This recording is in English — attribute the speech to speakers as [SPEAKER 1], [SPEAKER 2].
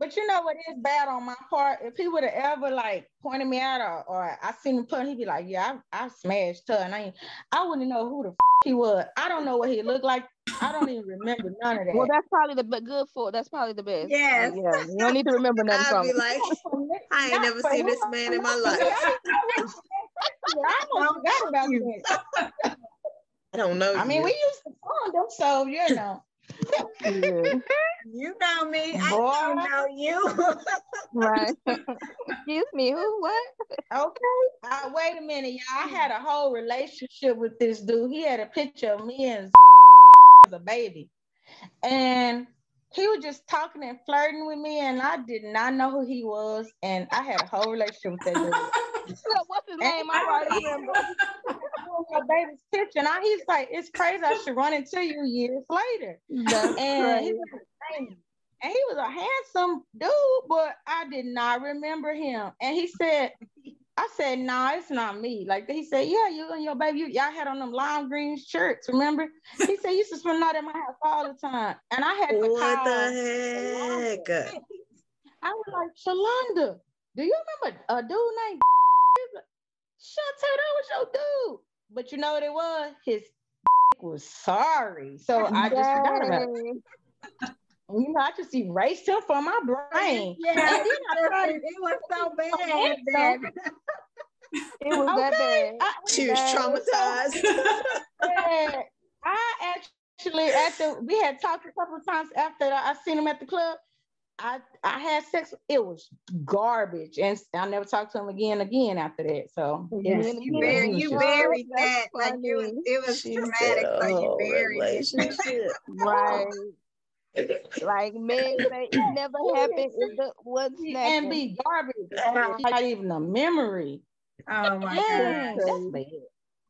[SPEAKER 1] But you know what is bad on my part? If he would have ever like pointed me out or, or I seen him put, he'd be like, "Yeah, I, I smashed her," and I I wouldn't know who the f- he was. I don't know what he looked like. I don't even remember none of that.
[SPEAKER 2] Well, that's probably the but good for. That's probably the best.
[SPEAKER 3] Yes.
[SPEAKER 2] Yeah. You don't need to remember nothing
[SPEAKER 3] I'll
[SPEAKER 2] from
[SPEAKER 3] be
[SPEAKER 2] it.
[SPEAKER 3] like, I ain't
[SPEAKER 1] Not
[SPEAKER 3] never
[SPEAKER 1] for
[SPEAKER 3] seen
[SPEAKER 1] him.
[SPEAKER 3] this man in my life.
[SPEAKER 1] I almost forgot about that.
[SPEAKER 3] I don't know.
[SPEAKER 1] I mean, we used to phone them, so you know.
[SPEAKER 2] Yeah.
[SPEAKER 4] You know me. I
[SPEAKER 1] Boy.
[SPEAKER 4] don't know you.
[SPEAKER 2] Right. Excuse me. Who? What?
[SPEAKER 1] Okay. Uh, wait a minute, y'all. I had a whole relationship with this dude. He had a picture of me and as a baby. And he was just talking and flirting with me, and I did not know who he was. And I had a whole relationship with that dude.
[SPEAKER 2] Look, What's his name? I already remember.
[SPEAKER 1] my baby's picture. And I, he's like, it's crazy I should run into you years later.
[SPEAKER 2] That's
[SPEAKER 1] And he
[SPEAKER 2] crazy.
[SPEAKER 1] was crazy. and he was a handsome dude, but I did not remember him. And he said, I said, no, it's not me. Like he said, yeah, you and your baby, you, y'all had on them lime green shirts, remember? He said, you used to spend out at my house all the time. And I had to
[SPEAKER 3] what
[SPEAKER 1] call.
[SPEAKER 3] the heck?
[SPEAKER 1] I was like, Shalonda, do you remember a dude named? Shut that was your dude. But you know what it was? His was sorry. So
[SPEAKER 2] Oh,
[SPEAKER 1] I just forgot about it.
[SPEAKER 2] Dang.
[SPEAKER 1] You know, I just erased him from my brain.
[SPEAKER 4] Yeah,
[SPEAKER 1] And then I started-
[SPEAKER 4] it was so bad that
[SPEAKER 2] It was that
[SPEAKER 1] Okay,
[SPEAKER 2] bad.
[SPEAKER 1] I,
[SPEAKER 3] She was traumatized.
[SPEAKER 1] Yeah, I actually after we had talked a couple of times after that, I seen him at the club. I I had sex. It was garbage, and I never talked to him again again after that. So
[SPEAKER 4] Yes,
[SPEAKER 2] Really?
[SPEAKER 4] you buried, you
[SPEAKER 2] Oh,
[SPEAKER 4] buried that.
[SPEAKER 2] that's
[SPEAKER 4] Like it was,
[SPEAKER 2] funny.
[SPEAKER 4] it was
[SPEAKER 3] She
[SPEAKER 4] traumatic.
[SPEAKER 3] said,
[SPEAKER 4] so
[SPEAKER 3] oh,
[SPEAKER 4] you buried it.
[SPEAKER 3] relationship.
[SPEAKER 2] Right. Like men say, it never happened. It do- wasn't
[SPEAKER 1] and
[SPEAKER 2] snapping.
[SPEAKER 1] be garbage. It's Not even a memory.
[SPEAKER 4] Oh my
[SPEAKER 1] Yes,
[SPEAKER 4] god.
[SPEAKER 1] that's bad.